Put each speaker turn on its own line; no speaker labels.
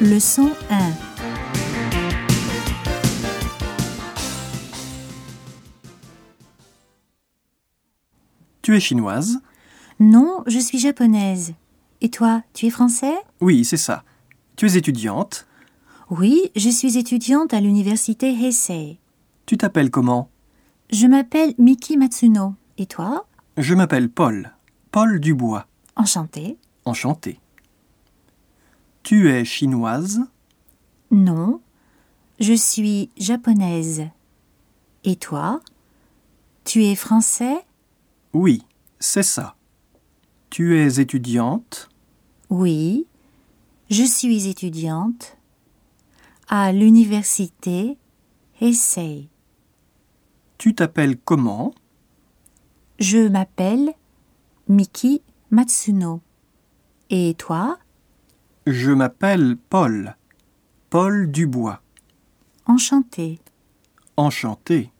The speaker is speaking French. Leçon 1
Tu es chinoise
Non, je suis japonaise. Et toi, tu es français
Oui, c'est ça. Tu es étudiante
Oui, je suis étudiante à l'université Heisei.
Tu t'appelles comment
Je m'appelle Miki Matsuno. Et toi
Je m'appelle Paul. Paul Dubois.
Enchantée
Enchanté. Tu es chinoise
Non, je suis japonaise. Et toi Tu es français
Oui, c'est ça. Tu es étudiante
Oui, je suis étudiante à l'université Heisei.
Tu t'appelles comment
Je m'appelle Miki Matsuno. Et toi
Je m'appelle Paul. Paul Dubois.
Enchantée.
Enchanté.